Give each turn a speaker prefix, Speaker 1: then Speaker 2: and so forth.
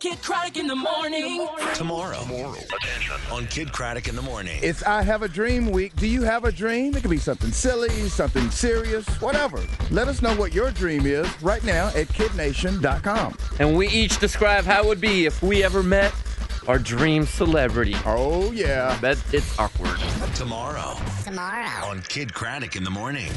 Speaker 1: Kid Craddock in the morning.
Speaker 2: Tomorrow. Attention. On Kid Craddock in the morning.
Speaker 3: It's I Have a Dream Week. Do you have a dream? It could be something silly, something serious, whatever. Let us know what your dream is right now at kidnation.com.
Speaker 4: And we each describe how it would be if we ever met our dream celebrity.
Speaker 3: Oh, yeah.
Speaker 4: Bet it's awkward.
Speaker 2: Tomorrow. Tomorrow. On Kid Craddock in the morning.